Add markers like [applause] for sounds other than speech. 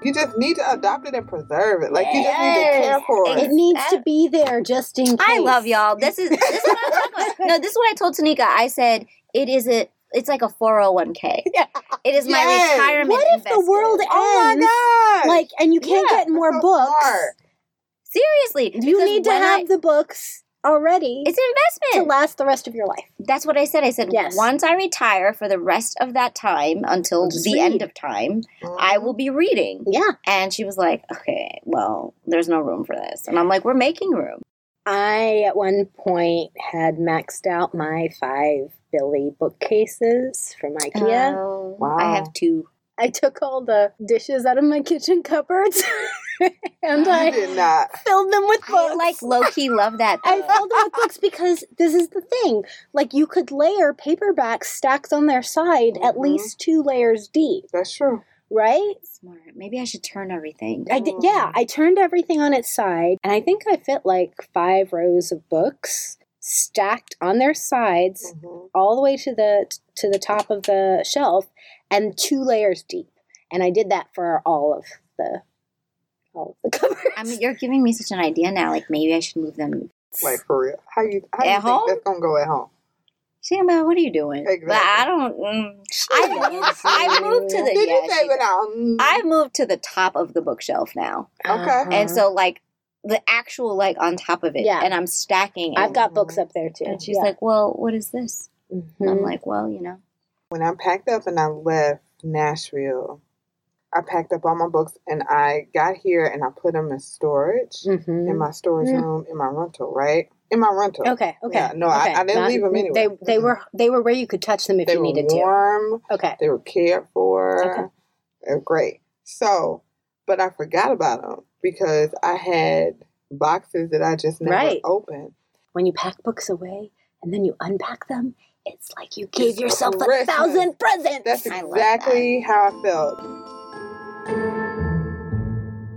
You just need to adopt it and preserve it. Like you just need to care Yes. for it. Ex- It needs to be there just in case. I love y'all. This is this is what I'm talking about. No, this is what I told Tanika. I said it is a it's like a 401k. It is my Yes. retirement. What if the invested. world ends? Oh my god! Like, and you can't Yeah, get more so books. smart. Seriously, You because need to when have I- the books already it's an to investment. last the rest of your life. That's what I said. I said Yes. once I retire for the rest of that time until Just the read. end of time, Mm-hmm. I will be reading. Yeah. And she was like, "Okay, well, there's no room for this." And I'm like, "We're making room." I, at one point, had maxed out my five Billy bookcases from IKEA. Oh, Wow. I have two. I took all the dishes out of my kitchen cupboards [laughs] and You I did not. filled them with books. I like low key love that. [laughs] I though. filled them with books because this is the thing. Like you could layer paperbacks stacked on their side at Mm-hmm. Mhm. least two layers deep, That's true. right? Smart. Maybe I should turn everything. I did, yeah, I turned everything on its side, and I think I fit like five rows of books stacked on their sides Mm-hmm. Mhm. all the way to the to the top of the shelf, and two layers deep. And I did that for all of the all of the [laughs] covers. I mean, you're giving me such an idea now. Like maybe I should move them. Like for real. How you how At you home? think that's gonna go at home? Shamba, what are you doing? Exactly. But I don't. Mm, [laughs] I moved. I moved to the. Did yeah, you say mm, she- without? I moved to the top of the bookshelf now, Okay. and so like the actual like on top of it, Uh-huh. Yeah. and I'm stacking. it. I've got books Mm-hmm. up there too. And she's Yeah. like, "Well, what is this?" And I'm Mhm. like, "Well, you know." when I packed up and I left Nashville, I packed up all my books and I got here and I put them in storage Mhm. Mm-hmm. in my storage Mm. room in my rental, right? In my rental. Okay. Okay. Yeah, no, I- okay. I didn't leave 'em anywhere. They they were they were where you could touch them if They you were needed warm. to. Okay. They were cared for. Okay. They were great. So, but I forgot about them because I had boxes that I just never Right. opened. When you pack books away and then you unpack them, it's like you gave yourself a Christmas. thousand presents. That's I love exactly how I felt.